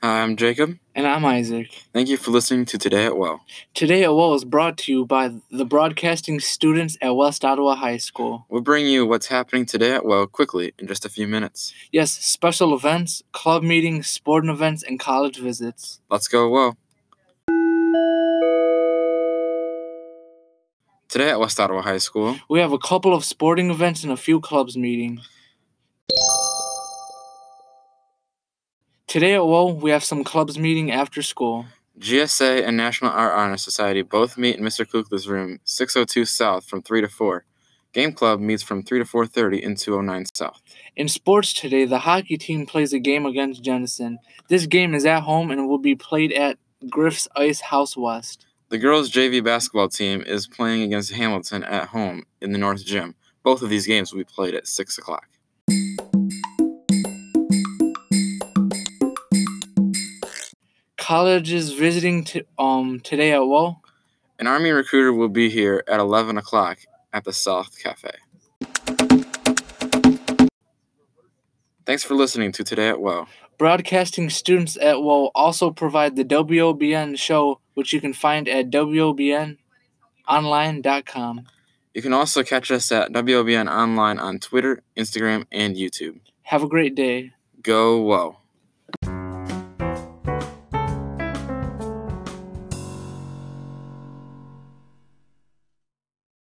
I'm Jacob. And I'm Isaac. Thank you for listening to Today at Well. Today at Well is brought to you by the broadcasting students at West Ottawa High School. We'll bring you what's happening today at Well quickly in just a few minutes. Yes, special events, club meetings, sporting events, and college visits. Let's go Well. Today at West Ottawa High School, We have a couple of sporting events and a few clubs meeting. Today at Well, we have some clubs meeting after school. GSA and National Art Honor Society both meet in Mr. Kukla's room, 602 South from 3 to 4. Game Club meets from 3 to 4.30 in 209 South. In sports today, the hockey team plays a game against Jenison. This game is at home and will be played at Griff's Ice House West. The girls' JV basketball team is playing against Hamilton at home in the North Gym. Both of these games will be played at 6 o'clock. College is visiting t- um today at Woe. An Army recruiter will be here at 11 o'clock at the South Cafe. Thanks for listening to Today at Well. Broadcasting students at Woe also provide the WOBN show, which you can find at WOBNonline.com. You can also catch us at WOBN Online on Twitter, Instagram, and YouTube. Have a great day. Go Woe!